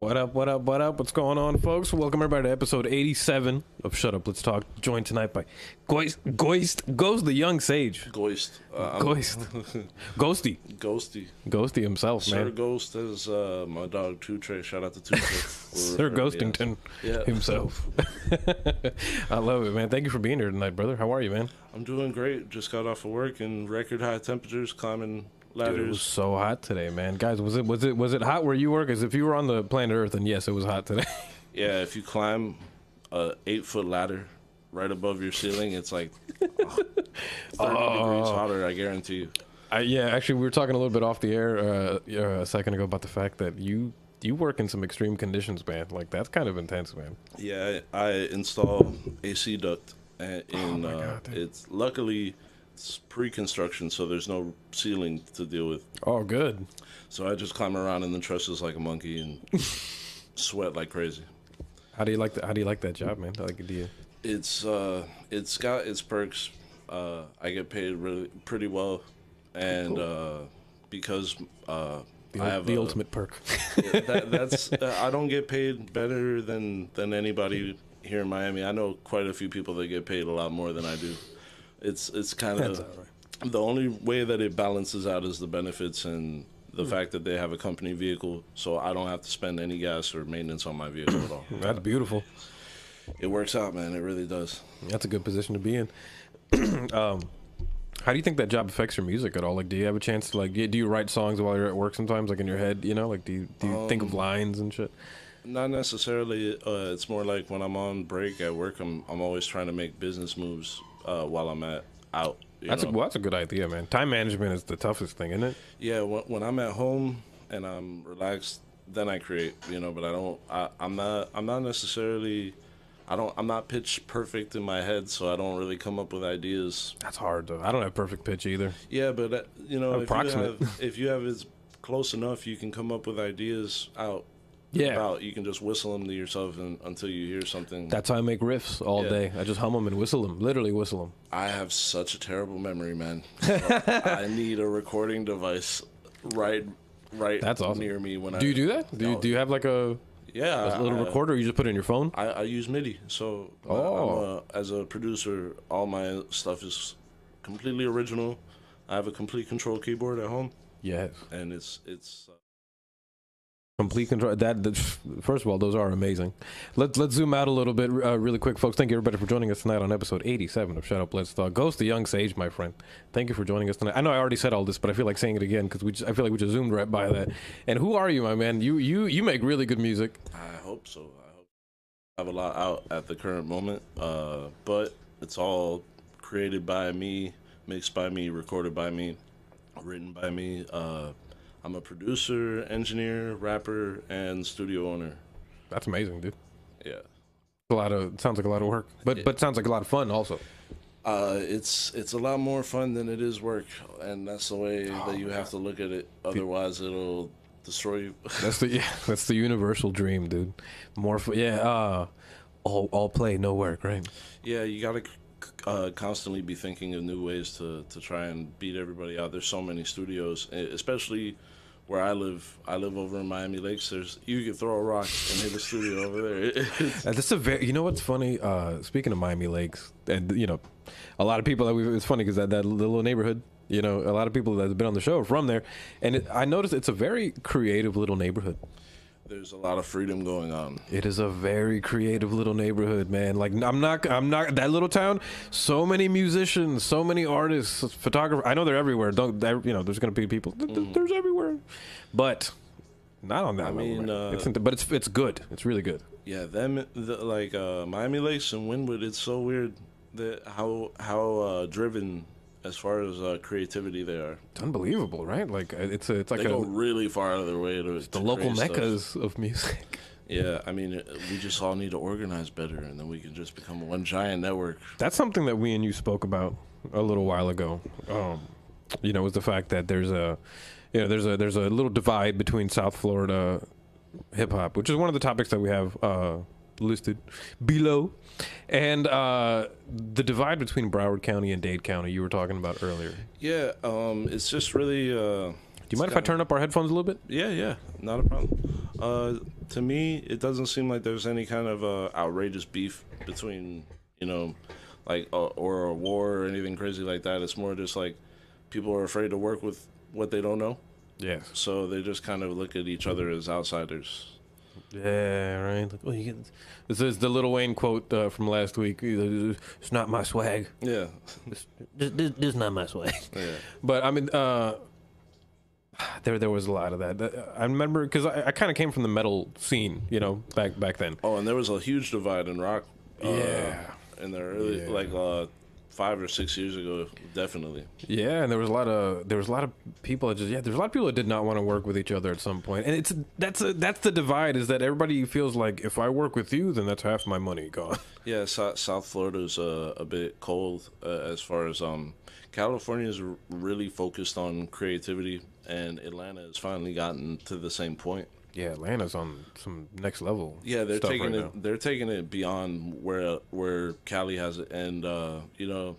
What up? What up? What's going on, folks? Welcome everybody to episode 87 of Shut Up Let's Talk. Joined tonight by Goist, Goist, Goes the Young Sage, Ghost. Uh, I'm Goist, Ghosty, Ghosty. Ghosty himself, Sir man, Ghost is uh, my dog, Two Tray. Shout out to Two Tray. Sir Ghostington Yeah. himself. I love it, man. Thank you for being here tonight, brother. How are you, man? I'm doing great. Just got off of work in record high temperatures, climbing ladders. Dude, it was so hot today, man. Guys, was it was it was it hot where you were? Because if you were on the planet Earth, then yes, it was hot today. yeah, if you climb a eight foot ladder right above your ceiling, it's like 30 Oh. degrees hotter, I guarantee you. I, yeah, actually, we were talking a little bit off the air uh, yeah, a second ago about the fact that you you work in some extreme conditions, man. Like that's kind of intense, man. Yeah, I, I install AC duct, and in, Oh my uh, God, dude. it's luckily it's pre-construction, so there's no ceiling to deal with. Oh, good. So I just climb around in the trusses like a monkey and sweat like crazy. How do you like that? How do you like that job, man? Like, do you? It's uh, it's got its perks. Uh, I get paid really pretty well, and uh, because uh, The, I have the a- ultimate perk. that, that's uh, I don't get paid better than than anybody here in Miami. I know quite a few people that get paid a lot more than I do. It's it's kind That's of all the only way that it balances out is the benefits and the Hmm. fact that they have a company vehicle, so I don't have to spend any gas or maintenance on my vehicle at all. That's beautiful. It works out, man. It really does. That's a good position to be in. um, how do you think that job affects your music at all? Like, do you have a chance to like? Do you write songs while you're at work sometimes, like in your head? You know, like do you do you think of lines and shit? Not necessarily. Uh, it's more like when I'm on break at work, I'm I'm always trying to make business moves uh, while I'm at out. you That's a, know? well, that's a good idea, man. Time management is the toughest thing, isn't it? Yeah, when, when I'm at home and I'm relaxed, then I create, you know. But I don't. I, I'm not. I'm not necessarily. I don't. I'm not pitch perfect in my head, so I don't really come up with ideas. That's hard though. I don't have perfect pitch either. Yeah, but uh, you know, if you, Approximate. have, if you have it close enough, you can come up with ideas out. Yeah. About. You can just whistle them to yourself and, until you hear something. That's how I make riffs all Yeah. day. I just hum them and whistle them, literally whistle them. I have such a terrible memory, man. I need a recording device right, right That's awesome. near me when I. Do you do that? Do you, No. Uh, do you have like a, a Yeah, little I- recorder? Or you just put it in your phone? I, I use MIDI, so uh, Oh. I'm, uh, as a producer, all my stuff is completely original. I have a complete control keyboard at home, Yes. and it's it's uh, Complete control. That, that first of all, those are amazing. Let's let's zoom out a little bit, uh, really quick, folks. Thank you everybody for joining us tonight on episode 87 of Shut Up Let's Talk. Ghost the Young Sage, my friend. Thank you for joining us tonight. I know I already said all this, but I feel like saying it again because we just, I feel like we just zoomed right by that. And who are you, my man? You you you make really good music. I hope so. I hope I have a lot out at the current moment, uh, but it's all created by me, mixed by me, recorded by me, written by me. Uh, I'm a producer, engineer, rapper, and studio owner. That's amazing, dude. Yeah. A lot of sounds like a lot of work, but but sounds like a lot of fun also. Uh, it's it's a lot more fun than it is work, and that's the way that you have to look at it. Otherwise, it'll destroy you. That's the yeah, that's the universal dream, dude. More for yeah, uh all all play, no work, right? yeah, you gotta c- c- uh, constantly be thinking of new ways to to try and beat everybody out. There's so many studios, e- especially where I live. I live over in Miami Lakes. There's you can throw a rock and hit a studio over there. It's- Uh, That's a very you know what's funny? Uh speaking of Miami Lakes and you know, a lot of people that we it's funny cuz that that little neighborhood you know, a lot of people that's been on the show are from there, and it, I noticed it's a very creative little neighborhood. there's a lot of freedom going on. It is a very creative little neighborhood, man. Like I'm not, I'm not that little town. So many musicians, so many artists, photographers. I know they're everywhere. Don't they, you know? There's gonna be people. th- Mm. th- There's everywhere, but not on that level. mean, man. uh, it's, in- but it's it's good. It's really good. Yeah, them the, like uh, Miami Lakes and Wynwood. It's so weird that how how uh, driven as far as uh, creativity they are. It's unbelievable, right? Like uh, it's a, it's like They go a, really far out of their way to the local meccas of music. Yeah, I mean, uh, we just all need to organize better, and then we can just become one giant network. That's something that we and you spoke about a little while ago. Um, you know, was the fact that there's a, you know, there's a there's a little divide between South Florida hip hop, which is one of the topics that we have uh, listed below, and uh, the divide between Broward County and Dade County you were talking about earlier. Yeah, um, it's just really. Uh, Do you mind if I turn up our headphones a little bit? Yeah, yeah, not a problem. Uh, to me, it doesn't seem like there's any kind of uh, outrageous beef between you know, like uh, or a war or anything crazy like that. It's more just like people are afraid to work with what they don't know, Yes. so they just kind of look at each other as outsiders. Yeah, right. Like, well, you get this is the Little Wayne quote uh, from last week. It's not my swag. Yeah, This, this, this is not my swag. yeah, But I mean, uh, there there was a lot of that. That- I remember because I, I kind of came from the metal scene, you know, back back then. Oh, and there was a huge divide in rock. Uh, Yeah. In the early, Yeah. like uh, five or six years ago, definitely. Yeah, and there was a lot of there was a lot of people that just yeah, there's a lot of people that did not want to work with each other at some point. And it's that's a, that's the divide is that everybody feels like if I work with you, then that's half my money gone. Yeah, so- South Florida's uh, a bit cold uh, as far as um, California's r- really focused on creativity, and Atlanta has finally gotten to the same point. Yeah, Atlanta's on some next level. Yeah, they're stuff taking right it. now. They're taking it beyond where where Cali has it, and uh, you know,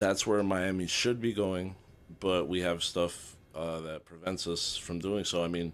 that's where Miami should be going, but we have stuff uh, that prevents us from doing so. I mean,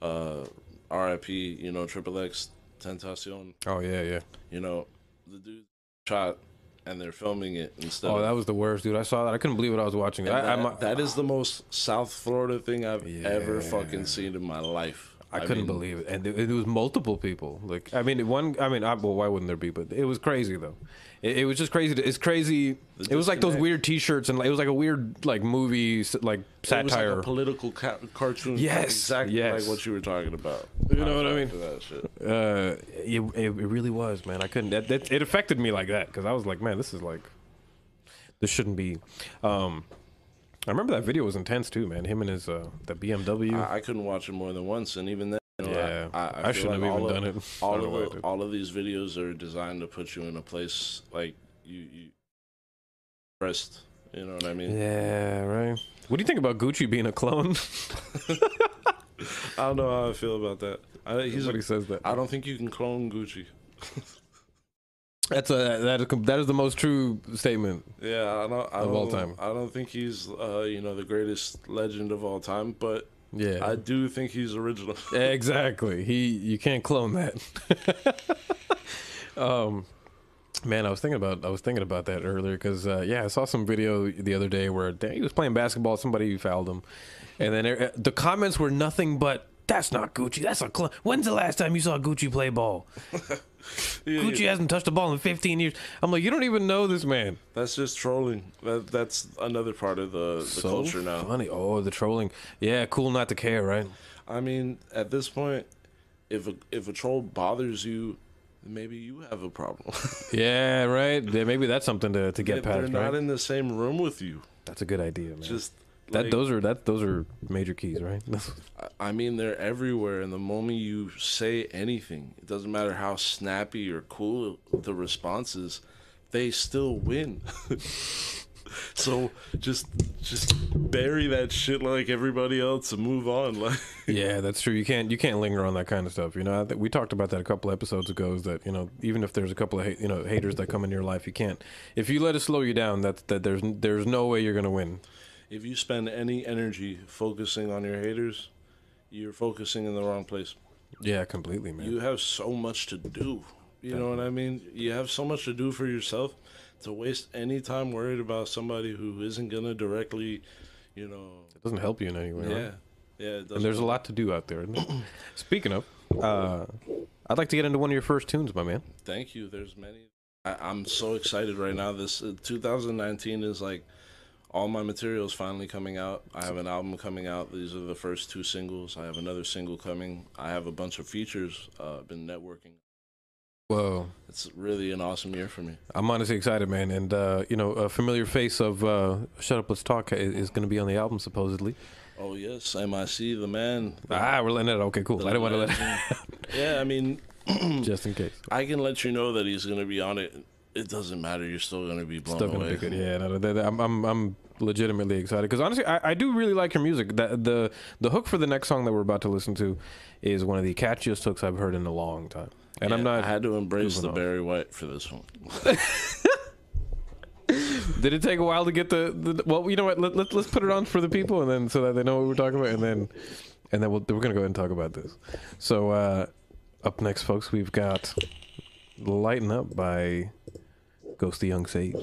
uh, RIP, you know, Triple X Tentacion, Oh yeah, yeah. you know, the dude shot, and they're filming it instead. Oh, of, that was the worst, dude. I saw that. I couldn't believe what I was watching. and I, that- I, mi- that is the most South Florida thing I've ever Yeah. fucking seen in my life. I couldn't mean, believe it, and it, it was multiple people. Like, I mean, one. I mean, I, well, why wouldn't there be? But it was crazy though. It, it was just crazy. To, it's crazy. It was like those disconnect. weird T-shirts, and like, it was like a weird like movie s- like It was like satire. a political ca- cartoon. Yes, exactly yes. like what you were talking about. You know what I After mean? that shit. uh, it, it, it really was, man. I couldn't. That, that, it affected me like that because I was like, man, this is like, this shouldn't be. Um, I remember that video was intense too, man. Him and his uh, the BMW. I, I couldn't watch it more than once, and even then, you know, Yeah. I, I, I feel shouldn't like have even all done of, it. I All don't know why I of the, did. all of these videos are designed to put you in a place like you, you rest. You know what I mean? yeah, right. What do you think about Gucci being a clone? I don't know how I feel about that. I, he's a, Somebody says that. I don't think you can clone Gucci. That's a that is, that is the most true statement. Yeah, I don't. I Of don't, all time. I don't think he's uh, you know the greatest legend of all time, but Yeah. I do think he's original. Exactly. He you can't clone that. um man, I was thinking about I was thinking about that earlier cuz uh, yeah, I saw some video the other day where he was playing basketball, somebody fouled him. And then uh, the comments were nothing but that's not Gucci. That's a clone. When's the last time you saw Gucci play ball? Yeah, yeah. Gucci hasn't touched the ball in 15 years. I'm like, you don't even know this man. That's just trolling. That that's another part of the, the culture now. funny. Oh, the trolling. Yeah, cool not to care, right? I mean, at this point, if a if a troll bothers you, maybe you have a problem. Yeah, right. Yeah, maybe that's something to, to if get they're past, right? not in the same room with you, That's a good idea, man. just that like, those are that those are major keys, right? I- I mean, they're everywhere. And the moment you say anything, it doesn't matter how snappy or cool the response is, they still win. so just just bury that shit like everybody else and move on. Like. yeah, that's true. You can't you can't linger on that kind of stuff. You know, I think we talked about that a couple episodes ago. Is that you know even if there's a couple of hate, you know haters that come into your life, you can't if you let it slow you down. That's that there's n- there's no way you're gonna win. If you spend any energy focusing on your haters, you're focusing in the wrong place. Yeah, completely, man. You have so much to do. You know what I mean? You have so much to do for yourself to waste any time worried about somebody who isn't going to directly, you know. it doesn't help you in any way. right? Yeah. Yeah. It And doesn't. there's a lot to do out there. Isn't it? Speaking of, uh, I'd like to get into one of your first tunes, my man. Thank you. There's many. I, I'm so excited right now. This uh, 2019 is like all my material is finally coming out. I have an album coming out. These are the first two singles. I have another single coming. I have a bunch of features. Uh, I've been networking. Whoa. It's really an awesome year for me. I'm honestly excited, man, and uh, you know, a familiar face of uh, "Shut Up, Let's Talk" is, is going to be on the album supposedly. Oh yes, MIC, the man. Ah, we're letting it. Okay, cool. I didn't want to let it yeah, I mean, just in case. I can let you know that he's gonna be on it. It doesn't matter. You're still gonna be blown Still gonna away. be good. Yeah, no, no, that- that- I'm, I'm, I'm legitimately excited because honestly, I, I do really like your music. The, the the hook for the next song that we're about to listen to is one of the catchiest hooks I've heard in a long time, and I'm Yeah, not. I had to embrace goofing the off. Barry White for this one. Did it take a while to get the, the well? You know what? Let, let, let's put it on for the people, and then so that they know what we're talking about, and then and then we'll, we're gonna go ahead and talk about this. So uh, up next, folks, we've got "Lighten Up" by Ghost the Young Sage.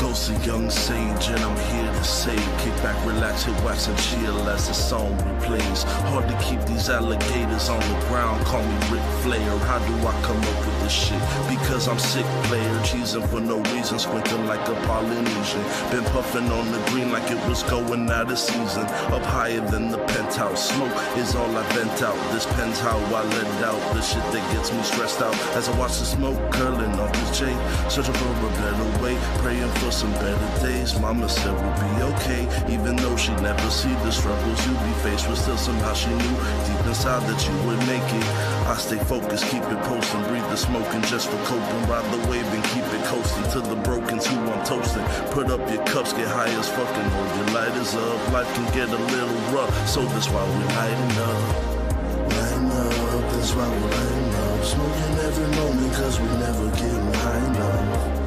Ghost of Young Sage, and I'm here to say kick back, relax, hit wax, and chill as the song replays. Hard to keep these alligators on the ground, call me Ric Flair. How do I come up with this shit? Because I'm sick, player, cheesing for no reason, squinting like a Polynesian. Been puffing on the green like it was going out of season. Up higher than the penthouse, smoke is all I vent out. This pen's how I let out the shit that gets me stressed out. As I watch the smoke curling off this J, searching for a better way, praying for some better days. Mama said we'll be okay, even though she never see the struggles you be faced with. Still, somehow she knew deep inside that you would make it. I stay focused, keep it posting, breathe the smoke and just for coping. Ride the wave and keep it coasting to the broken who I'm toasting. Put up your cups, get high as fucking. Hold your lighters up. Life can get a little rough, so that's why we lighten up. Lighten up, that's why we lighten up. Smoking every moment, cause we never getting high enough.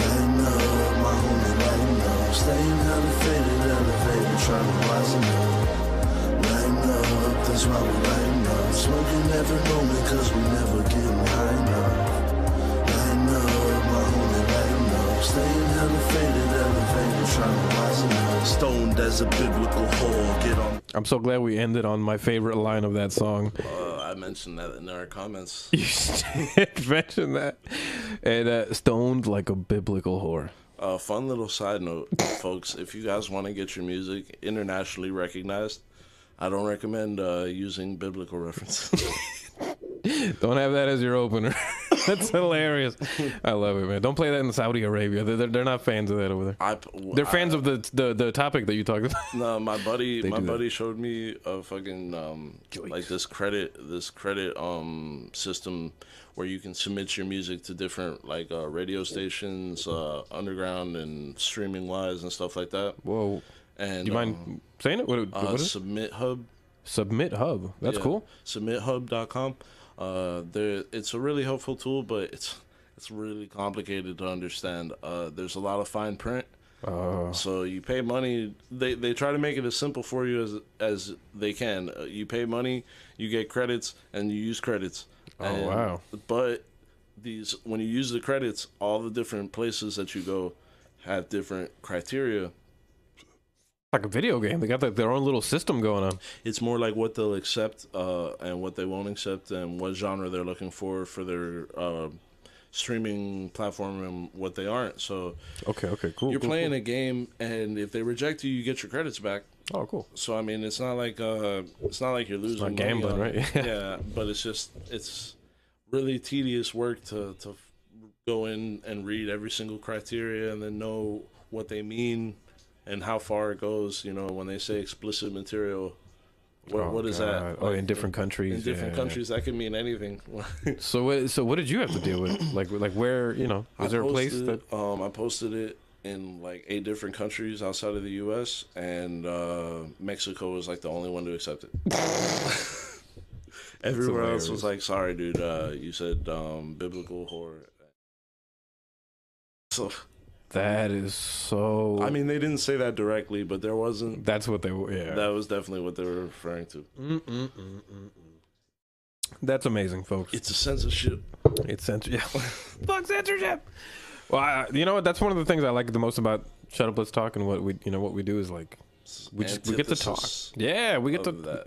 Lighten up, my homie, lighten up. Staying elevated, elevated, trying to wisen up. Lighten up, that's why we lighten up. Smoking every moment, cause we never getting high enough. Lighten up, my homie, lighten up. Staying elevated, elevated, trying to wisen up. Stoned as a biblical whore, get on. I'm so glad we ended on my favorite line of that song. Uh, I mentioned that in our comments. You did mention that, and uh, stoned like a biblical whore. Uh, fun little side note, folks. If you guys want to get your music internationally recognized, I don't recommend uh, using biblical references. Don't have that as your opener. That's hilarious. I love it, man. Don't play that in Saudi Arabia. They're, they're, they're not fans of that over there. I, They're fans of the, the the topic that you talked about. No, my buddy, my do that. buddy showed me a fucking um, like this credit, this credit um system where you can submit your music to different like uh, radio stations, uh, underground and streaming wise and stuff like that. Whoa. And Do you mind saying it? What, it- uh, what is it? Submit Hub. Submit Hub. That's Yeah, cool. Submithub.com. Uh, there, it's a really helpful tool, but it's it's really complicated to understand. Uh, there's a lot of fine print. Uh. So you pay money. They, they try to make it as simple for you as as they can. Uh, you pay money, you get credits, and you use credits. Oh wow. But these when you use the credits, all the different places that you go have different criteria. Like a video game. They got like, their own little system going on. it's more like what they'll accept uh, and what they won't accept and what genre they're looking for for their uh, streaming platform and what they aren't so Okay. Okay. Cool. you're cool, playing a game and if they reject you you get your credits back cool. Oh, cool. so i mean it's not like uh, it's not like you're losing not money gambling, on it. right? Yeah. yeah but it's just it's really tedious work to to go in and read every single criteria and then know what they mean and how far it goes you know when they say explicit material what, Oh, what is God. that Oh, Like, in different countries. in different yeah, yeah. countries that could mean anything So what? So what did you have to deal with? Like like where? You know, I was there a place posted- that? um i posted it in like eight different countries outside of the us and uh mexico was like the only one to accept it everywhere else was hilarious. like sorry dude uh you said um biblical horror so That is so. i mean they didn't say that directly but there wasn't that's what they. were- Yeah. Mm, that was definitely what they were referring to Mm-mm-mm-mm-mm. That's amazing, folks. it's a censorship It's censorship. Fuck censorship. Well, I, you know what? That's one of the things I like the most about Shut Up, Let's Talk, and what we, you know, what we do is like we just we get to talk. Antithesis Yeah, we get to. of that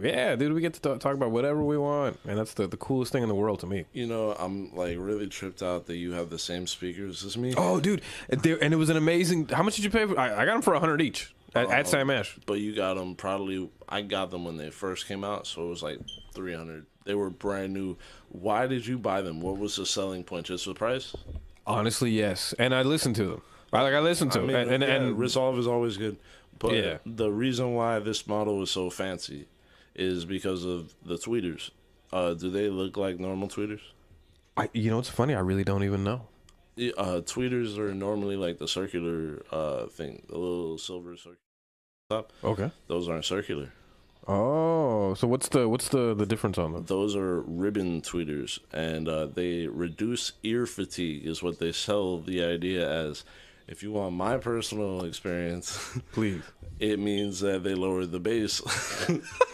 Yeah, dude, we get to ta- talk about whatever we want, and that's the, the coolest thing in the world to me. you know i'm like really tripped out that you have the same speakers as me Oh, dude, and, they- and it was an amazing. How much did you pay? For, I, I got them for a hundred each at, at Sam Ash. But you got them probably. I got them when they first came out, so it was like three hundred. They were brand new. Why did you buy them? What was the selling point? Just the price? Honestly, yes, and I listened to them. I like I listened to Oh. I them, mean, and and, yeah, and Resolve is always good, but Yeah. the reason why this model is so fancy is because of the tweeters. Uh, do they look like normal tweeters? I, you know, it's funny. I really don't even know. Yeah, Uh, tweeters are normally like the circular uh, thing, the little silver circular top. Okay. Those aren't circular. Oh, so what's the what's the the difference on them? Those are ribbon tweeters, and uh, they reduce ear fatigue, is what they sell the idea as. If you want my personal experience, Please. it means that they lowered the bass,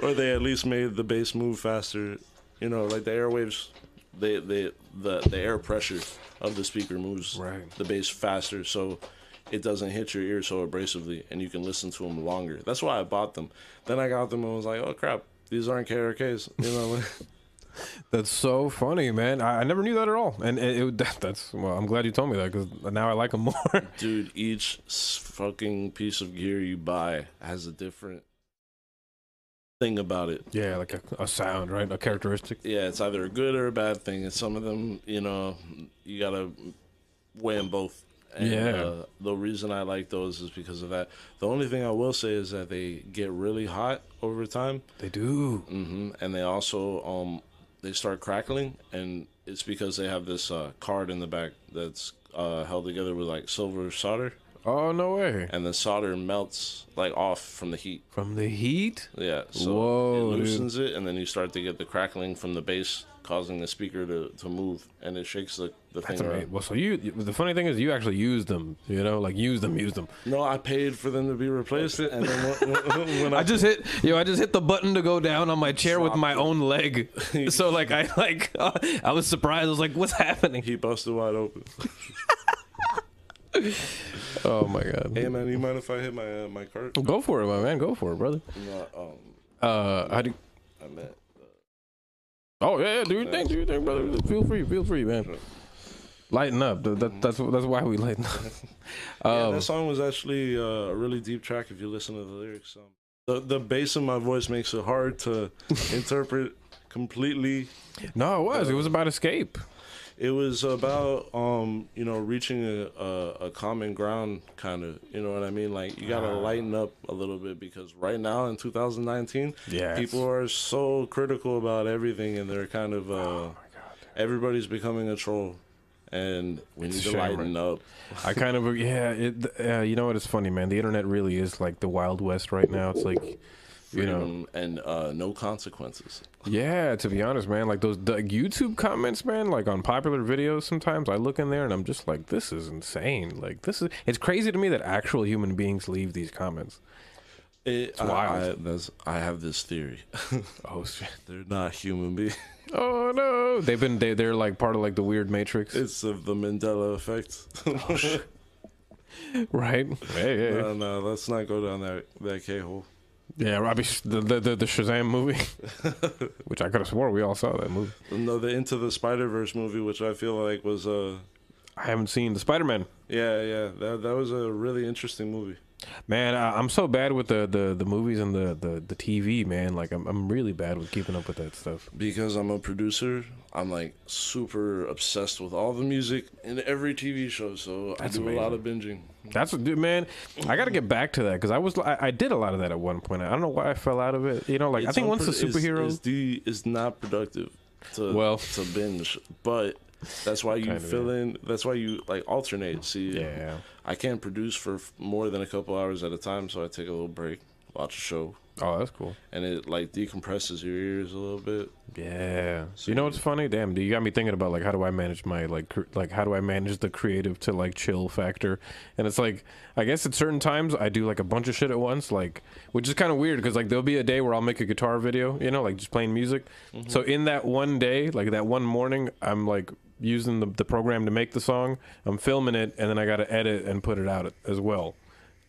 or they at least made the bass move faster. You know, like the airwaves, they they the the air pressure of the speaker moves Right. the bass faster, so it doesn't hit your ear so abrasively, and you can listen to them longer. That's why I bought them. Then I got them and was like, oh crap, these aren't KRKs. You know, That's so funny, man. I, I never knew that at all. And it, it that, that's well, I'm glad you told me that because now I like them more. dude, each s- fucking piece of gear you buy has a different thing about it. yeah, like a, a sound, right? A characteristic. yeah, it's either a good or a bad thing. And some of them, you know, you gotta weigh them both. And, Yeah. Uh, the reason I like those is because of that. The only thing I will say is that they get really hot over time, They do. hmm and they also um they start crackling, and it's because they have this uh, card in the back that's uh, held together with like silver solder, Oh no way! and the solder melts like off from the heat. From the heat. Yeah. So Whoa, it dude. loosens it, and then you start to get the crackling from the bass, causing the speaker to, to move, and it shakes the, the That's thing amazing. around. Well, so you the funny thing is you actually use them. You know, like use them, use them. No, I paid for them to be replaced, and then when, when- when I, I just hit, yo, I just hit the button to go down on my chair with my own leg. So like I like I was surprised. I was like, what's happening? he busted wide open. Oh my god. hey man, you mind if I hit my uh, my cart? Go for it, my man. Go for it, brother. No, um, Uh, how do? I meant. Oh yeah, yeah, do your thing, do your thing, brother. Feel free, feel free, man. Lighten up. That, that, that's that's why we lighten up. yeah, Um, that song was actually uh, a really deep track if you listen to the lyrics. Um, the the bass in my voice makes it hard to interpret completely. no, it was. It was about escape. it was about um you know reaching a, a, a common ground kind of you know what i mean like you Ah. gotta lighten up a little bit because right now in 2019 Yes. people are so critical about everything and they're kind of uh Oh everybody's becoming a troll and we It's need a to shame, lighten up I kind of yeah. It, uh, you know what? It's funny, man. The internet really is like the wild west right now. It's like, you know, freedom and uh no consequences yeah. To be honest, man, like those the YouTube comments, man, like on popular videos. Sometimes I look in there and I'm just like, this is insane. Like this is. It's crazy to me that actual human beings leave these comments. it, I- wild. I, that's, I have this theory Oh shit. they're not human beings Oh no. They've been they, they're like part of like the weird matrix, it's of the mandela Oh, effect right? Hey, hey. no no let's not go down that that k-hole yeah, Robbie, Sh- the the, the, the Shazam movie, which I could have swore we all saw that movie. No, the Into the Spider Verse movie, which I feel like was uh, I haven't seen the Spider Man. yeah, yeah, that that was a really interesting movie. Man, I, I'm so bad with the, the, the movies and the, the, the TV, man. Like, I'm, I'm really bad with keeping up with that stuff. Because I'm a producer, I'm like super obsessed with all the music in every TV show, so That's I do a lot of binging. That's what, dude, man. I got to get back to that because I was, I, I did a lot of that at one point. I don't know why I fell out of it. You know, like I It's think once the unpro- it's- superheroes, it's the is not productive to Well. to binge, but that's why you Kinda, fill in. That's why you like alternate. See, yeah. I can't produce for f- more than a couple hours at a time, so I take a little break, watch a show, Oh, that's cool. and it like decompresses your ears a little bit. Yeah. you know what's funny? Damn, dude, you got me thinking about like how do I manage my like cr- like how do I manage the creative to like chill factor? And it's like I guess at certain times I do like a bunch of shit at once, like which is kind of weird because like there'll be a day where I'll make a guitar video, you know, like just playing music. So in that one day, like that one morning, I'm like using the the program to make the song. I'm filming it and then I got to edit and put it out as well.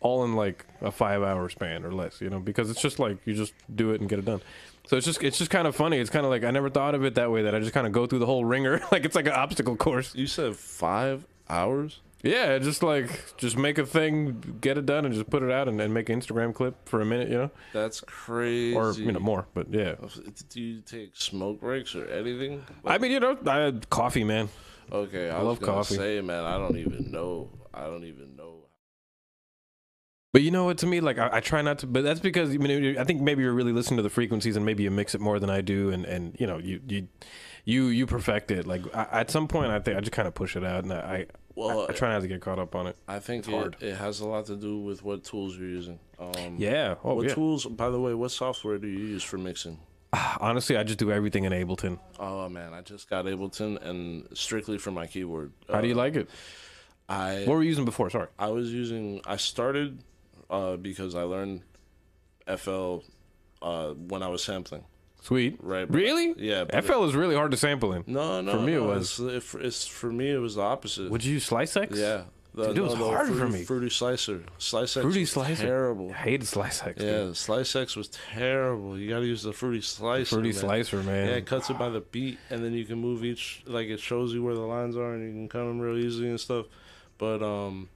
All in like a five hour span or less, you know, because it's just like you just do it and get it done. So it's just it's just kind of funny. It's kind of like I never thought of it that way. That I just kind of go through the whole ringer, like it's like an obstacle course. You said five hours? Yeah, just like just make a thing, get it done, and just put it out, and then make an Instagram clip for a minute, you know, That's crazy. or you know more. But yeah, Do you take smoke breaks or anything? I mean, you know, I had coffee, man. Okay, I, love was gonna coffee. Say, man, I don't even know. I don't even know But you know what? To me, like I, I try not to. But that's because I, mean, I think maybe you're really listening to the frequencies, and maybe you mix it more than I do, and and you know you you you you perfect it. Like I, at some point, I think I just kind of push it out, and I Well, I, I try not to get caught up on it. I think it, hard. it has a lot to do with what tools you're using. Um, Yeah. Oh What yeah. tools, by the way, what software do you use for mixing? Honestly, I just do everything in Ableton. Oh man, I just got Ableton and strictly for my keyboard. Uh, How do you like it? I What were you using before? Sorry. I was using. I started uh, because I learned FL uh, when I was sampling. Sweet. Right, but- Really? yeah, but- FL is really hard to sample in. No, no. For me, it no, was- It's, it's for me. It was the opposite. Would you use Slice X? yeah, the, Dude, it was hard for Fruity- me. Fruity slicer, slice X Fruity was Slicer. terrible. I hated Slice X. dude. Yeah, slice X was terrible. You got to use the fruity slicer. Fruity man. Slicer, man. Yeah, it cuts it by the beat, and then you can move each. Like it shows you where the lines are, and you can cut them real easily and stuff. But um,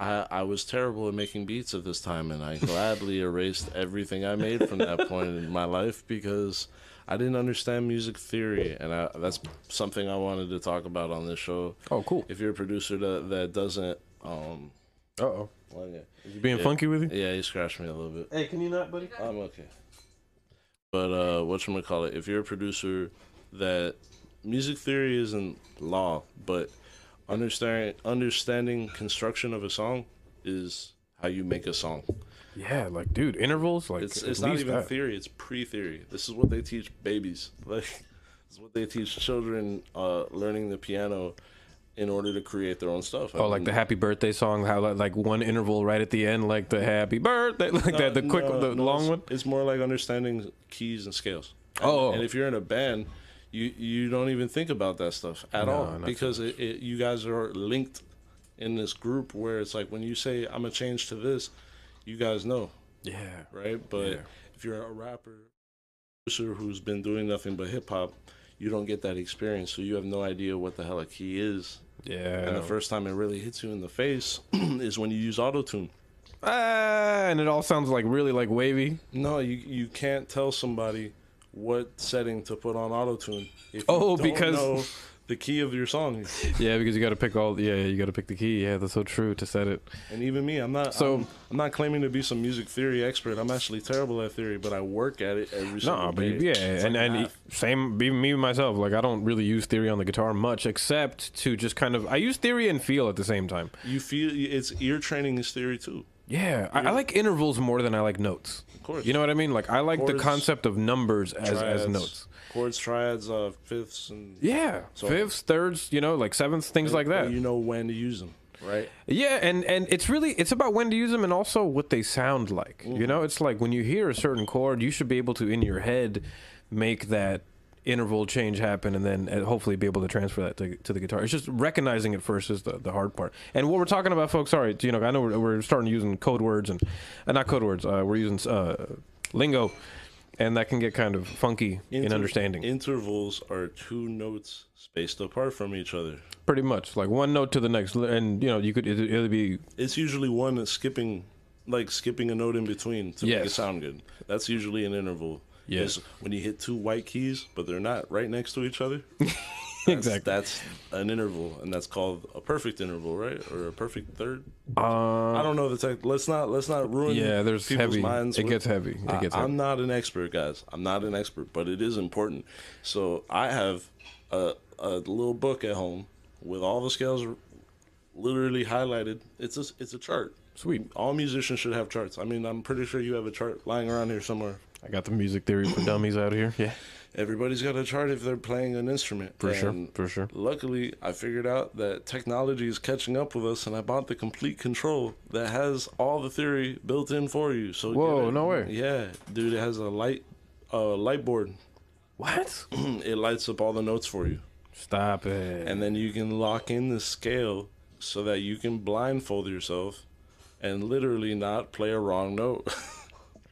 I I was terrible at making beats at this time, and I gladly erased everything I made from that point in my life because I didn't understand music theory, and I, that's something I wanted to talk about on this show. Oh, cool. If you're a producer that that doesn't um, Uh oh. well, yeah. Being Yeah. funky with you? yeah, you scratched me a little bit. Hey, can you not, buddy? I'm okay. But uh what you call it? If you're a producer that music theory isn't law, but understanding understanding construction of a song is how you make a song. Yeah, like dude, intervals. Like It's at it's not least even that. theory, it's pre-theory. This is what they teach babies. Like this is what they teach children uh learning the piano in order to create their own stuff. I Oh, like mean, the happy birthday song, how like, like one interval right at the end, like the happy birthday, like that, the quick, Uh, No, the no, long it's- one. It's more like understanding keys and scales. And- Oh. and if you're in a band, you you don't even think about that stuff at all not so because it, it, you guys are linked in this group where it's like when you say I'm gonna change to this, you guys know, Yeah. right? But Yeah. if you're a rapper, producer who's been doing nothing but hip hop, you don't get that experience, so you have no idea what the hell a key is. Yeah. And the first time it really hits you in the face is when you use auto tune. ah, and it all sounds like really like wavy. No, you you can't tell somebody what setting to put on auto tune. Oh, because- know the key of your song, Yeah, because you got to pick all. Yeah, you got to pick the key. Yeah, that's so true to set it. and even me, I'm not. So- I'm, I'm not claiming to be some music theory expert. I'm actually terrible at theory, but I work at it every single No, but day. yeah, It's and like and math. same even me myself. Like I don't really use theory on the guitar much, except to just kind of I use theory and feel at the same time. you feel it's ear training is theory too. Yeah, I, I like intervals more than I like notes. Of course. you know what I mean. Like I like the Chords, concept of numbers as as Triads, notes. chords, triads, uh, fifths, and Yeah, So- fifths, thirds, you know, like sevenths, things like that. You know when to use them, right? Yeah, and and it's really it's about when to use them and also what they sound like. You know, it's like when you hear a certain chord, you should be able to in your head make that interval change happen and then uh, hopefully be able to transfer that to, to the guitar it's just recognizing it first is the, the hard part and what we're talking about folks sorry you know i know we're, we're starting using code words and uh, not code words uh, we're using uh, lingo and that can get kind of funky in Inter- understanding intervals are two notes spaced apart from each other. pretty much like one note to the next and you know you could it it'll be it's usually one that's skipping like skipping a note in between to make it Yes. sound good that's usually an interval Yeah. It's when you hit two white keys but they're not right next to each other exactly that's an interval and that's called a perfect interval right or a perfect third i don't know the tech let's not let's not ruin Uh, Yeah, there's people's heavy. minds It with- gets heavy. It I- gets i'm heavy. not an expert guys i'm not an expert but it is important so i have a, a little book at home with all the scales literally highlighted it's a it's a chart Sweet. all musicians should have charts. I mean, I'm pretty sure you have a chart lying around here somewhere. I got the music theory for dummies out here. Yeah. Everybody's got a chart if they're playing an instrument. For sure, And for sure. Luckily, I figured out that technology is catching up with us, and I bought the complete control that has all the theory built in for you. So Whoa, get it. no way. Yeah, dude, it has a light, uh, light board. What? it lights up all the notes for you. Stop it. and then you can lock in the scale so that you can blindfold yourself and literally not play a wrong note.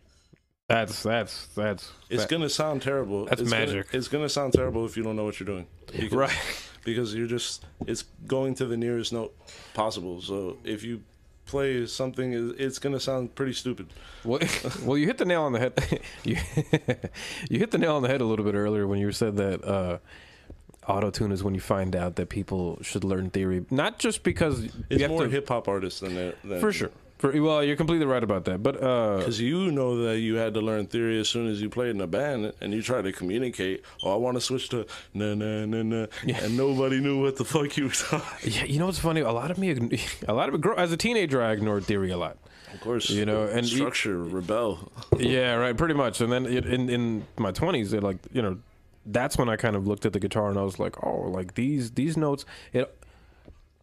that's that's that's it's that- gonna sound terrible. That's it's gonna- magic. it's gonna sound terrible if you don't know what you're doing, because, Right. Because you're just it's going to the nearest note possible. So if you play something, it- it's gonna sound pretty stupid. Well, well, you hit the nail on the head. you, you hit the nail on the head a little bit earlier when you said that uh, auto tune is when you find out that people should learn theory, not just because you It's have more to- hip hop artists than, that- than For sure. For, well, you're completely right about that. But uh, Because you know that you had to learn theory as soon as you played in a band, and you tried to communicate. Oh, I want to switch to na na na na, and nobody knew what the fuck you were talking. yeah, you know what's funny? A lot of me, ign- a lot of grow as a teenager, I ignored theory a lot. Of course, You know, and- structure rebel. yeah, right, pretty much. And then it, in in my twenties, it like you know, that's when I kind of looked at the guitar and I was like, oh, like these these notes. It.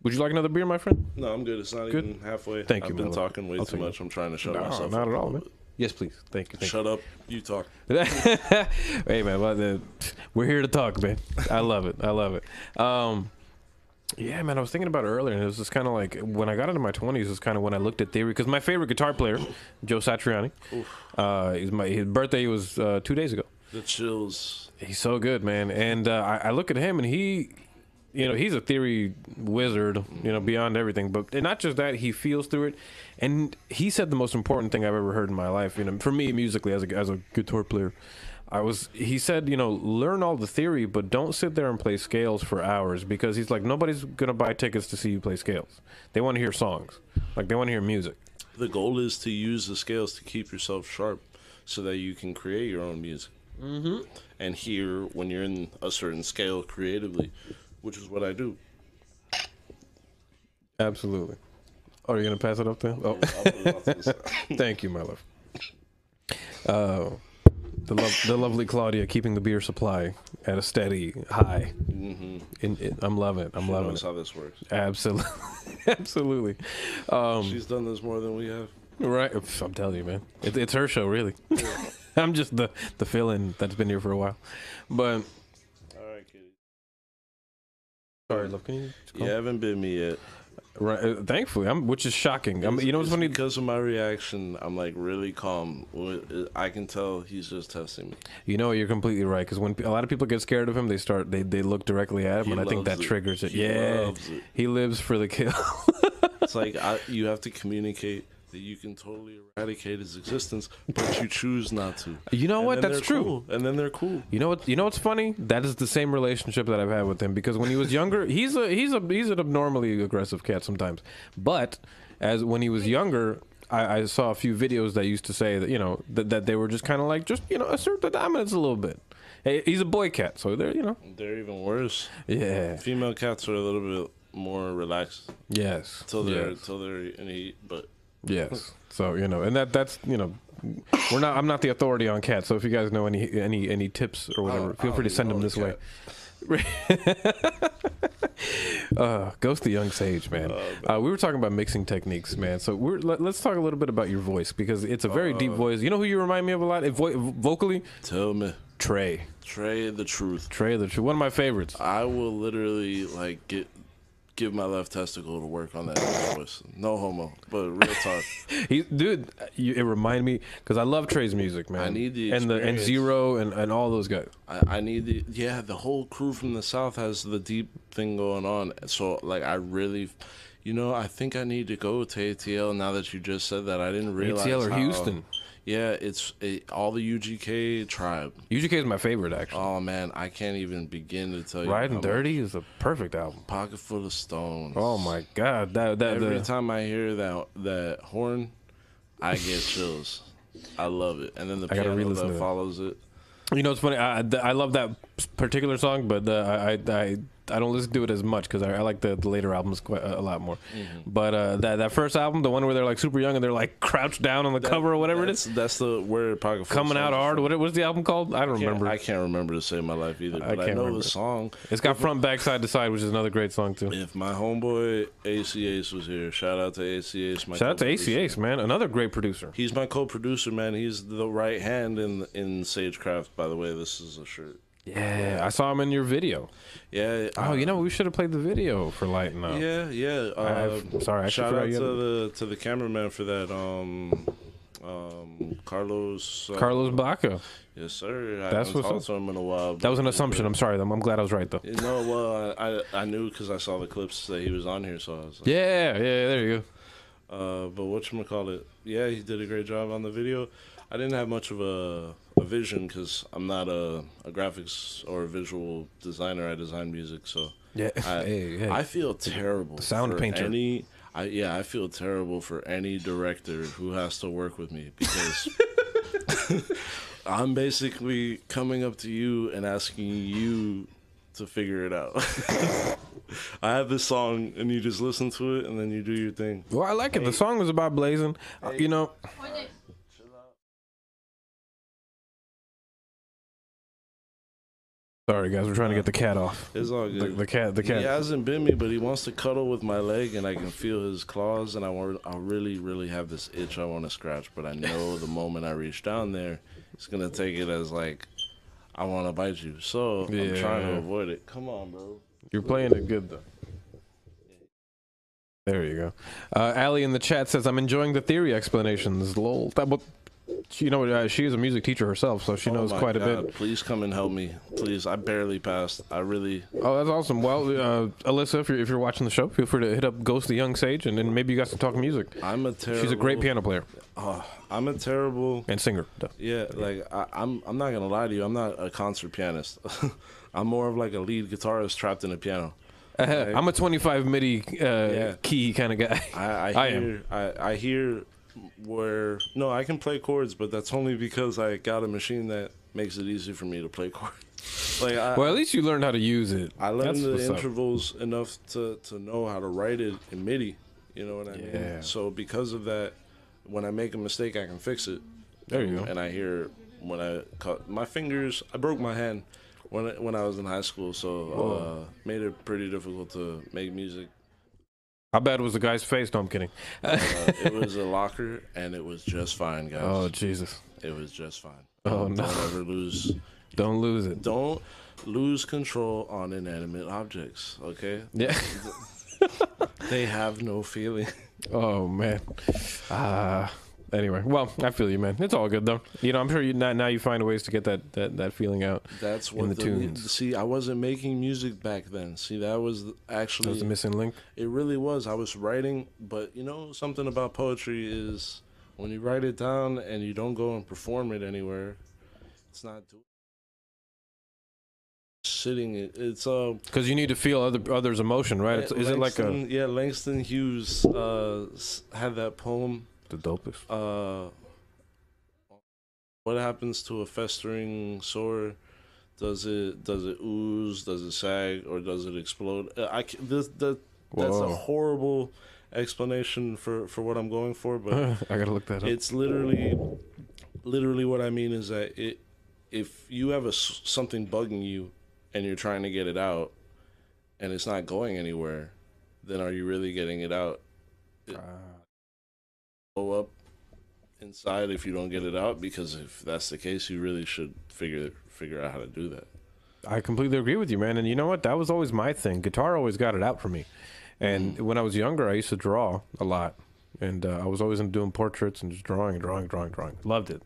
Would you like another beer, my friend? No, I'm good. It's not Good. even halfway. Thank I've you, been brother. talking way I'll too take it. much. I'm trying to shut No, myself. not up. at all, man. Yes, please. Thank you. Thank Shut up. You talk. you. hey, man, well, the- we're here to talk, man. I love it. I love it. Um, yeah, man, I was thinking about it earlier, and it was just kind of like when I got into my twenties, is kind of when I looked at theory because my favorite guitar player, Joe Satriani, uh, he's my his birthday was uh, two days ago. The chills. He's so good, man. And uh, I, I look at him, and he, you know, he's a theory wizard, you know, beyond everything. But and not just that, he feels through it. And he said the most important thing I've ever heard in my life. You know, for me musically as a as a guitar player, I was. He said, you know, learn all the theory, but don't sit there and play scales for hours because he's like nobody's gonna buy tickets to see you play scales. They want to hear songs, like they want to hear music. The goal is to use the scales to keep yourself sharp, so that you can create your own music. Mm-hmm. And hear when you're in a certain scale creatively, which is what I do. Absolutely. Oh, you're gonna pass it up there? Oh. I'll put it off to the side. Thank you, my love. Uh, the, lov the lovely Claudia keeping the beer supply at a steady high. Mm-hmm. In, in- I'm loving it. I'm Who loving knows it. how this works? Absolutely, absolutely. Um, She's done this more than we have. right, Pff, I'm telling you, man. It, it's her show, really. I'm just the the fill-in that's been here for a while. But All right, kitty. sorry, love. Can you? You haven't been me yet. Right. Uh, thankfully, I'm, which is shocking. I'm, you know what's It's funny? Because of my reaction, I'm like really calm. Wh- I can tell he's just testing me. You know, you're completely right. Because when pe- a lot of people get scared of him, they start they, they look directly at him, He and I think loves that it. triggers it. He yeah, loves it. he lives for the kill. It's like I, you have to communicate that you can totally eradicate his existence, but you choose not to. You know And what? then That's they're true. cool. And then they're cool. You know what? You know what's funny? That is the same relationship that I've had with him because when he was younger, he's a he's a he's an abnormally aggressive cat sometimes. But as when he was younger, I, I saw a few videos that used to say that you know that, that they were just kind of like just you know assert the dominance a little bit. Hey, he's a boy cat, so they're you know They're even worse. yeah Female cats are a little bit more relaxed yes till they're yes. till they're in heat, but Yes. So you know, and that that's you know, we're not. I'm not the authority on cats. So if you guys know any any any tips or whatever, Oh, I feel free to don't send them know this the way. uh, ghost the young sage, man. Oh, Uh, we were talking about mixing techniques, man. So we're let, let's talk a little bit about your voice because it's a very deep voice. You know who you remind me of a lot, If vo- vocally, tell me, Trey. Trey, the truth. Trey, the one of my favorites. I will literally like get give my left testicle to work on that voice. No homo, but real talk. He, dude, you, it reminded me because I love Trey's music, man. need the and the and experience. Zero and and all those guys. I, I need the yeah. The whole crew from the south has the deep thing going on. So like, I really, you know, I think I need to go to ATL now that you just said that. I didn't realize ATL or how- Houston? Yeah, it's it, all the UGK tribe. UGK is my favorite, actually. Oh man, I can't even begin to tell you. Riding how Dirty is a perfect album. much- Pocket full of stones. Oh my god, that that Every the, time I hear that that horn, I get chills. I love it. And then the I gotta piano re-listen to that that. follows it. you know it's funny. I I- I love that particular song, but the, I I I- I don't listen to it as much because I, I like the, the later albums quite a, a lot more. But uh, that that first album, the one where they're like super young and they're like crouched down on the cover or whatever it that's, is, That's the where Pocket full of coming out Stones is hard. What was the album called? I don't can't- remember. I can't remember to save my life either. But I, can't know remember. the song. it's got front, back, side to side, which is another great song too. If my homeboy ACAs was here, shout out to ACAs. My Shout out to E co-producer. ACH, man, another great producer. He's my co-producer, man. He's the right hand in in Sagecraft. By the way, this is a shirt. Yeah, I saw him in your video. Yeah. Oh, you know we should have played the video for Lighten Up. Yeah, yeah. Uh, I've- sorry, I actually shout forgot out you to had the to the cameraman for that. Um, um, Carlos. uh, Carlos Baca. Yes, sir. I That's haven't what's talked up. to him in a while. That but- was an assumption. I'm sorry. I'm, I'm glad I was right though. You know, well, I I, I knew because I saw the clips that he was on here, so I was like, Yeah, yeah, there you go. Uh, but what you call it? Yeah, he did a great job on the video. I didn't have much of a, a vision because I'm not a, a graphics or a visual designer. I design music, so Yeah. I, Hey, hey. I feel terrible. Sound for painter. Any, I yeah, I feel terrible for any director who has to work with me because I'm basically coming up to you and asking you to figure it out. I have this song and you just listen to it and then you do your thing. Well, I like it. The song was about blazing. Uh, you know, sorry guys, we're trying to get the cat off. It's all The, good. the cat, the cat. He hasn't bit me, but he wants to cuddle with my leg, and I can feel his claws. And I want, I really, really have this itch I want to scratch, but I know the moment I reach down there, he's gonna take it as like, I want to bite you. So I'm Yeah. trying to avoid it. Come on, bro. You're playing it good though. There you go. Uh, Allie in the chat says, "I'm enjoying the theory explanations." Lol. That, well, you know, uh, she is a music teacher herself, so she Oh knows my quite a God, bit. Please come and help me, please. I barely passed. I really. Oh, that's awesome. Well, uh, Alyssa, if you're if you're watching the show, feel free to hit up Ghost the Young Sage, and then maybe you guys can talk music. I'm a terrible. She's a great piano player Oh, I'm a terrible. and singer. Yeah, like I, I'm. I'm not gonna lie to you. I'm not a concert pianist. I'm more of like a lead guitarist trapped in a piano. Uh, I'm a 25 MIDI uh, key kind of guy. I, I I am. hear I, I hear where no, I can play chords, but that's only because I got a machine that makes it easy for me to play chords. like I, well, at least you learned how to use it. I learned That's what's the up. intervals enough to, to know how to write it in MIDI. You know what I Yeah. mean? So because of that, when I make a mistake, I can fix it. There you go. And I hear it when I cut my fingers, I broke my hand when I, when I was in high school, so uh, made it pretty difficult to make music. How bad was the guy's face? No, I'm kidding. Uh, it was a locker, and it was just fine, guys. Oh Jesus! It was just fine. Oh, no. Don't ever lose. Don't lose it. Don't lose control on inanimate objects. Okay, Yeah. they have no feeling. Oh man. Uh, anyway, well, I feel you, man. It's all good though. You know, I'm sure you now, now you find ways to get that that, that feeling out. That's In what the the, tunes. see. I wasn't making music back then. See, that was th- That actually was the missing link. it. Really was. I was writing, but you know something about poetry is when you write it down and you don't go and perform it anywhere, it's not doing. Sitting, it- it's uh, Because you need to feel other others' emotion, right? It's, is it like a Langston- yeah? Langston Hughes uh, s- had that poem. the dopest? Uh, what happens to a festering sore? Does it does it ooze? Does it sag or does it explode? Uh, I ca- this, that that's a Whoa. horrible explanation for for what I'm going for, but I gotta look that up. it's literally literally what I mean is that it if you have a s- something bugging you and you're trying to get it out and it's not going anywhere, then are you really getting it out? Ah. blow up inside if you don't get it out because if that's the case you really should figure figure out how to do that I completely agree with you, man. And you know what? That was always my thing. Guitar always got it out for me. And when I was younger, I used to draw a lot. And uh, I was always into doing portraits and just drawing and drawing, drawing, drawing. Loved it.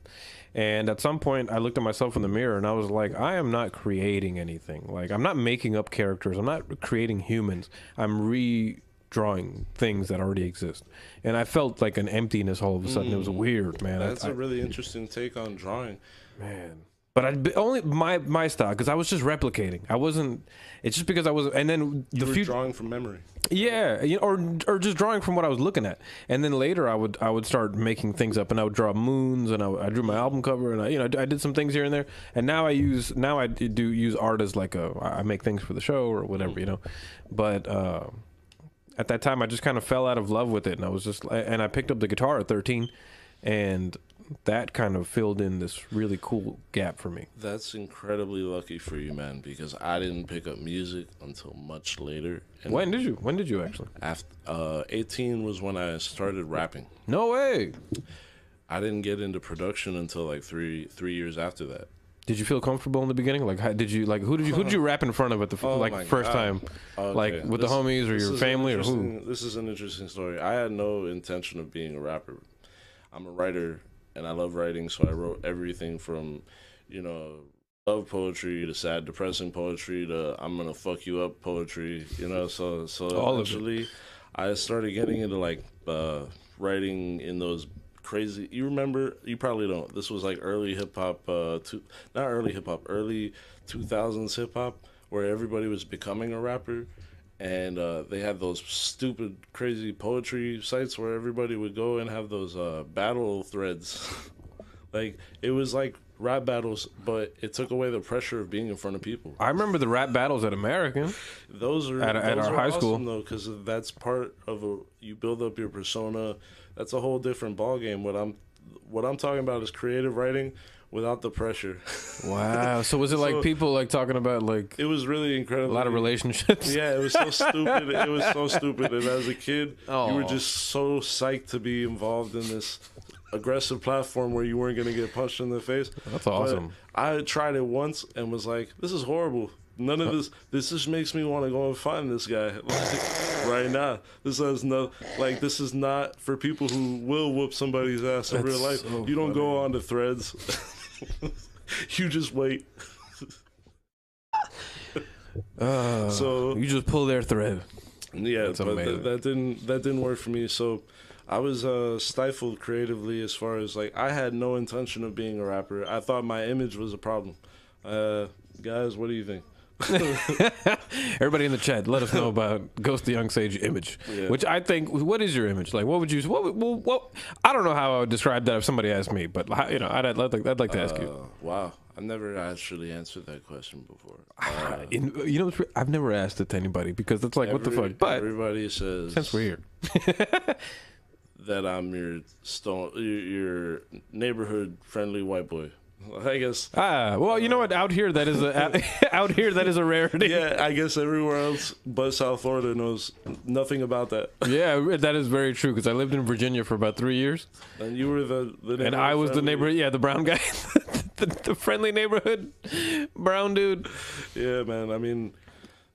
And at some point, I looked at myself in the mirror and I was like, I am not creating anything. Like, I'm not making up characters. I'm not creating humans. I'm redrawing things that already exist. And I felt like an emptiness all of a sudden. It was weird, man. I- that's I- a really interesting take on drawing man. But I only my my style because I was just replicating. I wasn't. It's just because I was, and then you the were future, drawing from memory yeah, you know, or or just drawing from what I was looking at, and then later I would I would start making things up, and I would draw moons, and I, I drew my album cover, and I you know I d- I did some things here and there, and now I use now I d- do use art as like a I make things for the show or whatever you know, but. Uh, at that time, I just kind of fell out of love with it, and I was just, and I picked up the guitar at 13, and that kind of filled in this really cool gap for me. that's incredibly lucky for you man because i didn't pick up music until much later and When did you? When did you actually? after uh, 18 was when i started rapping No way. i didn't get into production until like three three years after that Did you feel comfortable in the beginning? Like, how, did you like who did you who did you rap in front of at the f Oh like my first God. time, Okay, like with this- the homies or this your is an family or who? interesting- This is an interesting story. I had no intention of being a rapper. I'm a writer and I love writing, so I wrote everything from, you know, love poetry to sad, depressing poetry to I'm gonna fuck you up poetry. You know, so so All of it. eventually, I started getting into like uh, writing in those crazy. You remember? You probably don't. This was like early hip hop, uh, two, not early hip hop, early 2000s hip hop, where everybody was becoming a rapper, and uh, they had those stupid, crazy poetry sites where everybody would go and have those uh, battle threads. like it was like rap battles, but it took away the pressure of being in front of people. I remember the rap battles at American. Those are At- at those our are high awesome, school. though, because that's part of a you build up your persona. That's a whole different ballgame. What I'm what I'm talking about is creative writing without the pressure. Wow. So was it like So- people like talking about like it was really incredible. a lot of relationships? Yeah, it was so stupid. It was so stupid. And as a kid, you were Aw. just so psyched to be involved in this aggressive platform where you weren't going to get punched in the face. That's But awesome. I tried it once and was like, this is horrible. None of this. This just makes me want to go and find this guy like, right now. This has no like. This is not for people who will whoop somebody's ass in That's real life. so you don't go on to threads. you just wait. Uh, So- you just pull their thread. Yeah, That's but th- amazing. that didn't that didn't work for me. So I was uh, stifled creatively as far as like I had no intention of being a rapper. I thought my image was a problem. Uh, guys, what do you think? Everybody in the chat, let us know about Ghost the Young Sage image, Yeah. which I think. What is your image? Like, what would you? What? would- Well, what? I don't know how I would describe that if somebody asked me, but how, you know, I'd, I'd, like, I'd like to ask you. Uh, wow, I never actually answered that question before. Uh, In, you know, it's re- I've never asked it to anybody because it's like, what the every- fuck? But everybody says that's weird. that I'm your stone, your, your neighborhood friendly white boy. I guess. Ah, well, you know what? Out here, that is a out here that is a rarity. Yeah, I guess everywhere else but South Florida knows nothing about that. Yeah, that is very true because I lived in Virginia for about three years, And you were the, the and I was the friendly- neighbor. Yeah, the brown guy, the, the friendly neighborhood brown dude. Yeah, man. I mean,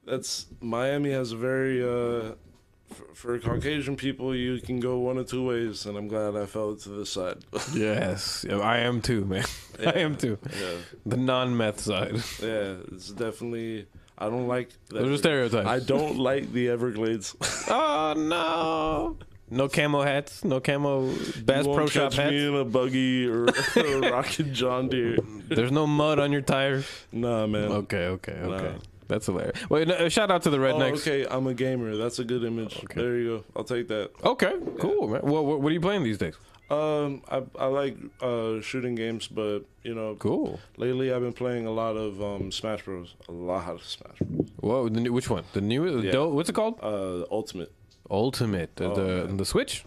that's Miami has a very uh, for, for Caucasian people, you can go one of two ways, and I'm glad I fell to this side. Yes, yeah, I am too, man. I am too. yeah, The non-meth side. yeah. It's definitely. I don't like. The Those are stereotypes. I don't like the Everglades. Oh no. No camo hats, no camo Bass You won't Pro Shop catch me hats. in a buggy or, a rocking John Deere. There's no mud on your tires. Nah, man. Okay, okay, okay. No. That's hilarious. Well, no, shout out to the Oh, rednecks. okay, I'm a gamer. That's a good image. Okay. There you go. I'll take that. okay. cool, man. Well, what, what are you playing these days? Um, I I like uh shooting games, but you know, Cool. Lately, I've been playing a lot of um, Smash Bros. A lot of Smash. Bros. Whoa, the new, which one? The new, Yeah. do- what's it called? Uh, Ultimate. Ultimate, the, Oh, the, the Switch.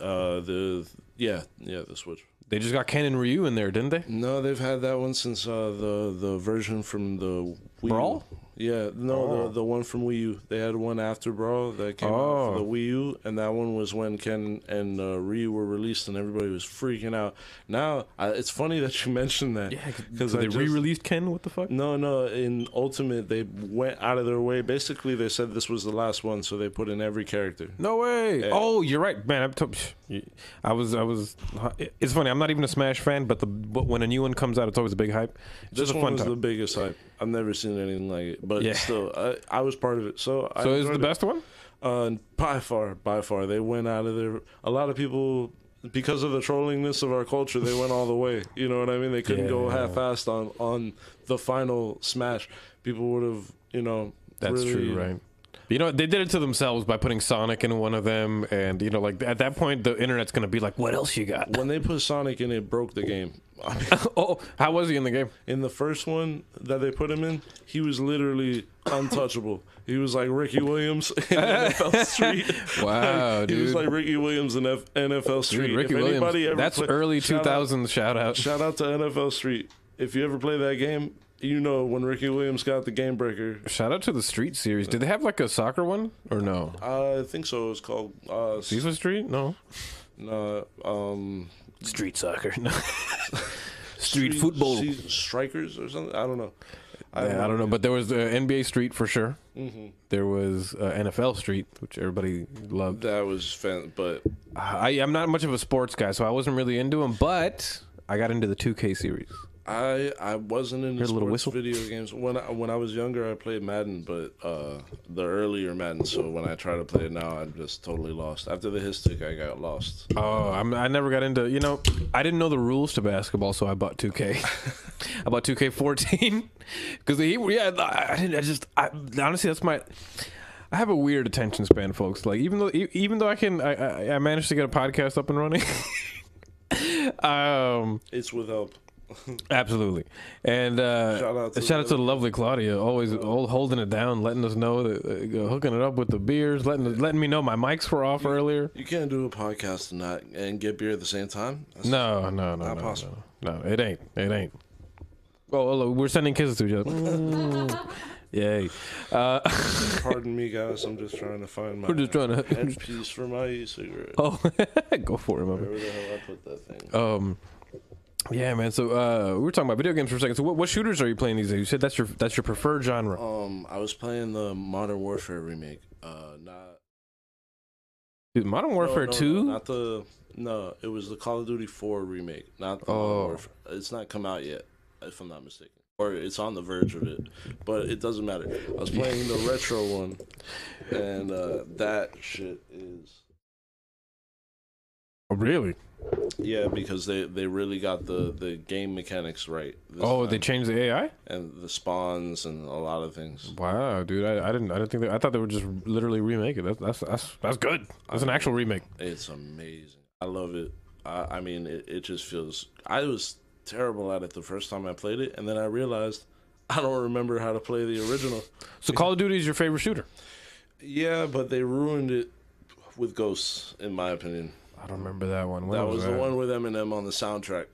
Uh, the yeah yeah the Switch. They just got Ken and Ryu in there, didn't they? No, they've had that one since uh, the the version from the Wii. Brawl? U. Yeah, no, Oh. the, the one from Wii U. They had one after Brawl that came out for Oh. the Wii U, and that one was when Ken and uh, Ryu were released, and everybody was freaking out. Now, I, it's funny that you mentioned that. because I they just- re-released Ken. What the fuck? No, no. In Ultimate, they went out of their way. Basically, they said this was the last one, so they put in every character. No way! Yeah. Oh, you're right, man. I'm t- I was, I was. It's funny. I'm not even a Smash fan, but the but when a new one comes out, it's always a big hype. It's This just a one fun was time. the biggest hype. I've never seen anything like it. But Yeah. still, I, I was part of it. So, I so is it the enjoyed it. best one? Uh, by far, by far, they went out of their. A lot of people, because of the trollingness of our culture, they went all the way. You know what I mean? They couldn't go Yeah. half-assed on on the final smash. People would have, you know. That's really- true, right? You know, they did it to themselves by putting Sonic in one of them, and you know, like at that point, the internet's gonna be like, "What else you got?" When they put Sonic in, it broke the game. I mean, oh, how was he in the game? in the first one that they put him in, he was literally untouchable. he was like Ricky Williams in NFL Street. Wow, He was dude. like Ricky Williams in F- NFL Dude, Street. Ricky If anybody Williams. ever That's play- early shout 2000s shout out. Out, shout out to NFL Street. If you ever play that game, you know when Ricky Williams got the game breaker. Shout out to the Street series. Did they have like a soccer one or no? I think so. It's called uh, s- Cecil Street? No. no, um, Street soccer. No. Street- Se- Strikers or something. I don't know. Yeah, I don't know, but there was uh, NBA Street for sure. There was uh, NFL Street, which everybody loved. That was fan, but I, I'm not much of a sports guy, so I wasn't really into them, but I got into the 2K series. I I wasn't into Hear a sports little whistle? video games when I, when I was younger. I played Madden, but uh, the earlier Madden. So when I try to play it now, I'm just totally lost. After the history, I got lost. Oh, I'm, I never got into, you know, I didn't know the rules to basketball, so I bought 2K. I bought 2K14 because he, yeah, I, I didn't, I just, I, honestly, that's my, I have a weird attention span, folks. Like even though e- even though I can, I I, I managed to get a podcast up and running. um, It's with help. absolutely, and uh, Shout out to shout out to the lovely Claudia, always all holding it down, letting us know that uh, hooking it up with the beers, letting letting me know my mics were off earlier. You can't do a podcast and not and get beer at the same time. That's- No, no, no, Not no, possible. no, no, it ain't, it ain't. Oh, oh, look, we're sending kisses to each other. Mm. Yay! Uh, Pardon me, guys. I'm just trying to find my we're just trying to. headpiece for my e-cigarette. Oh, go for it, my man. Where the hell I put that thing? Um, yeah, man. So uh, we were talking about video games for a second. So what, what shooters are you playing these days? You said that's your that's your preferred genre. Um, I was playing the Modern Warfare remake. Uh, not Dude, Modern Warfare no, no, no, Two. not the no. It was the Call of Duty Four remake, not the Oh. Modern Warfare. It's not come out yet, if I'm not mistaken, or it's on the verge of it, but it doesn't matter. I was playing the retro one, and uh, that shit is Oh, really? yeah because they they really got the the game mechanics right. this Oh, time, they changed the AI. and the spawns and a lot of things. Wow, dude. I, I didn't I didn't think they, I thought they were just literally remaking. That's that's that's that's good. That's an actual remake. It's amazing. I love it. I, I mean, it, it just feels. I was terrible at it the first time I played it, and then I realized I don't remember how to play the original. So Call of Duty is your favorite shooter. Yeah, but they ruined it with Ghosts, in my opinion. I don't remember that one. When That was the one with Eminem on the soundtrack.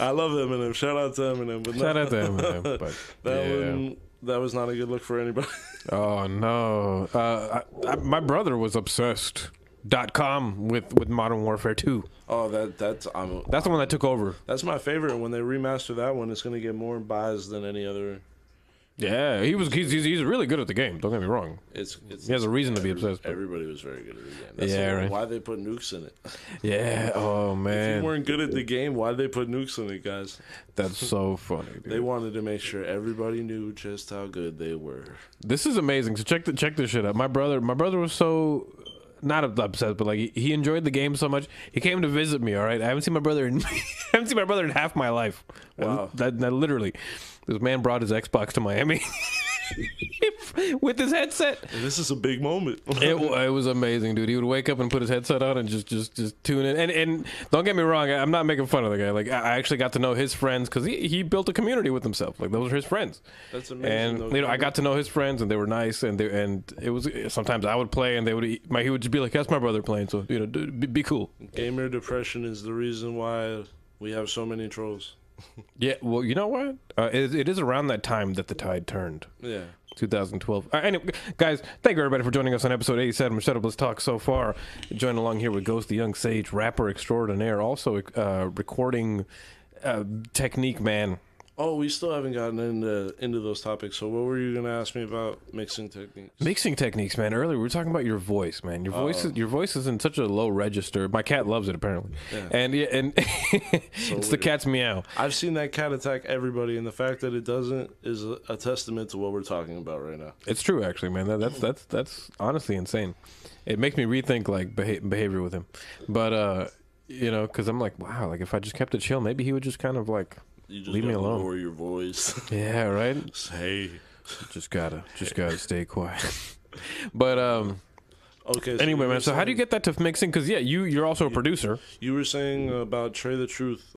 I love Eminem. Shout out to Eminem. But Shout no, out to Eminem. But that yeah. one. That was not a good look for anybody. Oh no. Uh, I, I, my brother was obsessed. Dot com with with Modern Warfare Two. oh, that that's I'm, That's the one that took over. that's my favorite. When they remaster that one, it's gonna get more buys than any other. Yeah, he was. He's, he's he's really good at the game. Don't get me wrong. It's, it's He has a reason to be obsessed. But Everybody was very good at the game. That's Yeah, the- right. why they put nukes in it. yeah. Oh If you man, weren't good at the game, why they put nukes in it, guys? that's so funny. dude. They wanted to make sure everybody knew just how good they were. This is amazing. So check the check this shit out. My brother, my brother was so not upset, but like he, he enjoyed the game so much. He came to visit me. All right, I haven't seen my brother in I haven't seen my brother in half my life. Wow. That, that literally, this man brought his Xbox to Miami with his headset. This is a big moment. It, wa- it was amazing, dude. He would wake up and put his headset on and just just just tune in. And and don't get me wrong, I- I'm not making fun of the guy. Like I I actually got to know his friends because he, he built a community with himself. Like those are his friends. That's amazing. And though. you know, I got to know his friends, and they were nice, and they and it was sometimes I would play, and they would my he would just be like, "That's my brother playing," so you know, dude, be, be cool. gamer depression is the reason why we have so many trolls. Yeah, well, you know what? Uh, it, it is around that time that the tide turned. Yeah. 2012. Uh, anyway, guys, thank you everybody for joining us on episode 87 of Shut Up Let's Talk so far. Joined along here with Ghost the Young Sage, rapper extraordinaire, also uh, recording uh, technique man. Oh, we still haven't gotten into into those topics. So, what were you gonna ask me about mixing techniques? Mixing techniques, man. Earlier we were talking about your voice, man. Your voice, is, your voice is in such a low register. My cat loves it apparently, and yeah, and it's the weird. cat's meow. I've seen that cat attack everybody, and the fact that it doesn't is a, a testament to what we're talking about right now. It's true, actually, man. That, that's that's that's honestly insane. It makes me rethink like beha- behavior with him, but uh, you know, because I'm like, wow, like if I just kept it chill, maybe he would just kind of like, You just Leave me gotta alone. Lower your voice. yeah, right. Say. Just gotta, just gotta stay quiet. but um, Okay. so anyway, you were man. So how do you saying- get that to mixing? Because yeah, you you're also a producer. You were saying about Trey the Truth